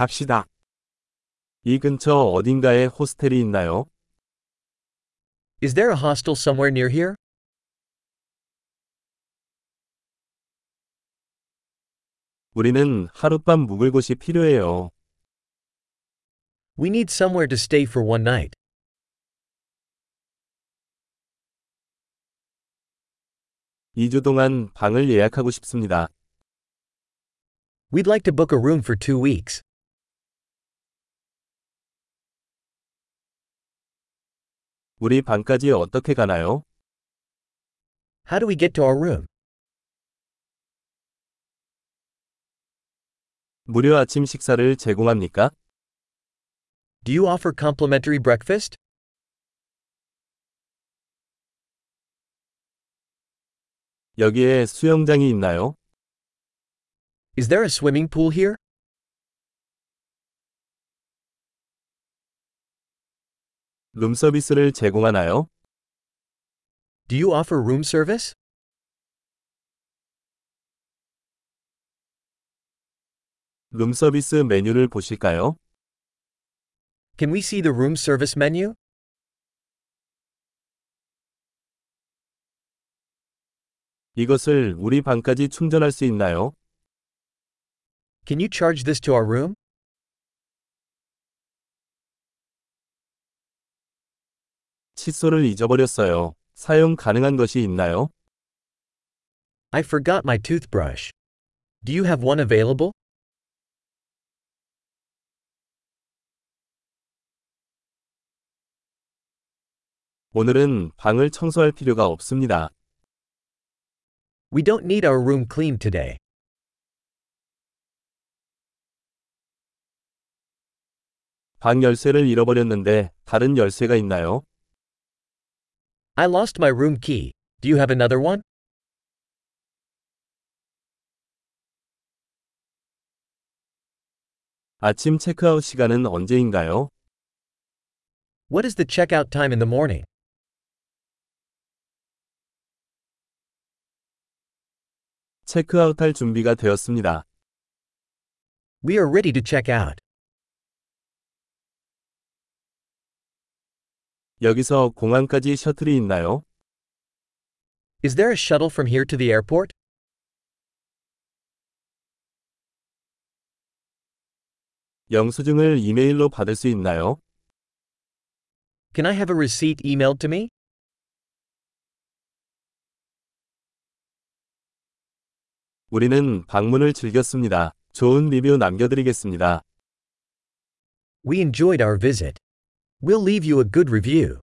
갑시다. 이 근처 어딘가에 호스텔이 있나요? Is there a hostel somewhere near here? 우리는 하룻밤 묵을 곳이 필요해요. We need somewhere to stay for one night. 이 주 동안 방을 예약하고 싶습니다. We'd like to book a room for two weeks. 우리 방까지 어떻게 가나요? How do we get to our room? 무료 아침 식사를 제공합니까? Do you offer complimentary breakfast? 여기에 수영장이 있나요? Is there a swimming pool here? 룸서비스를 제공하나요? Do you offer room service? 룸서비스 메뉴를 보실까요? Can we see the room service menu? 이것을 우리 방까지 충전할 수 있나요? Can you charge this to our room? 칫솔을 잊어버렸어요. 사용 가능한 것이 있나요? I forgot my toothbrush. Do you have one available? 오늘은 방을 청소할 필요가 없습니다. We don't need our room cleaned today. 방 열쇠를 잃어버렸는데 다른 열쇠가 있나요? I lost my room key. Do you have another one? 아침 체크아웃 시간은 언제인가요? What is the checkout time in the morning? 체크아웃할 준비가 되었습니다. We are ready to check out. 여기서 공항까지 셔틀이 있나요? Is there a shuttle from here to the airport? 영수증을 이메일로 받을 수 있나요? Can I have a receipt emailed to me? 우리는 방문을 즐겼습니다. 좋은 리뷰 남겨드리겠습니다. We enjoyed our visit. We'll leave you a good review.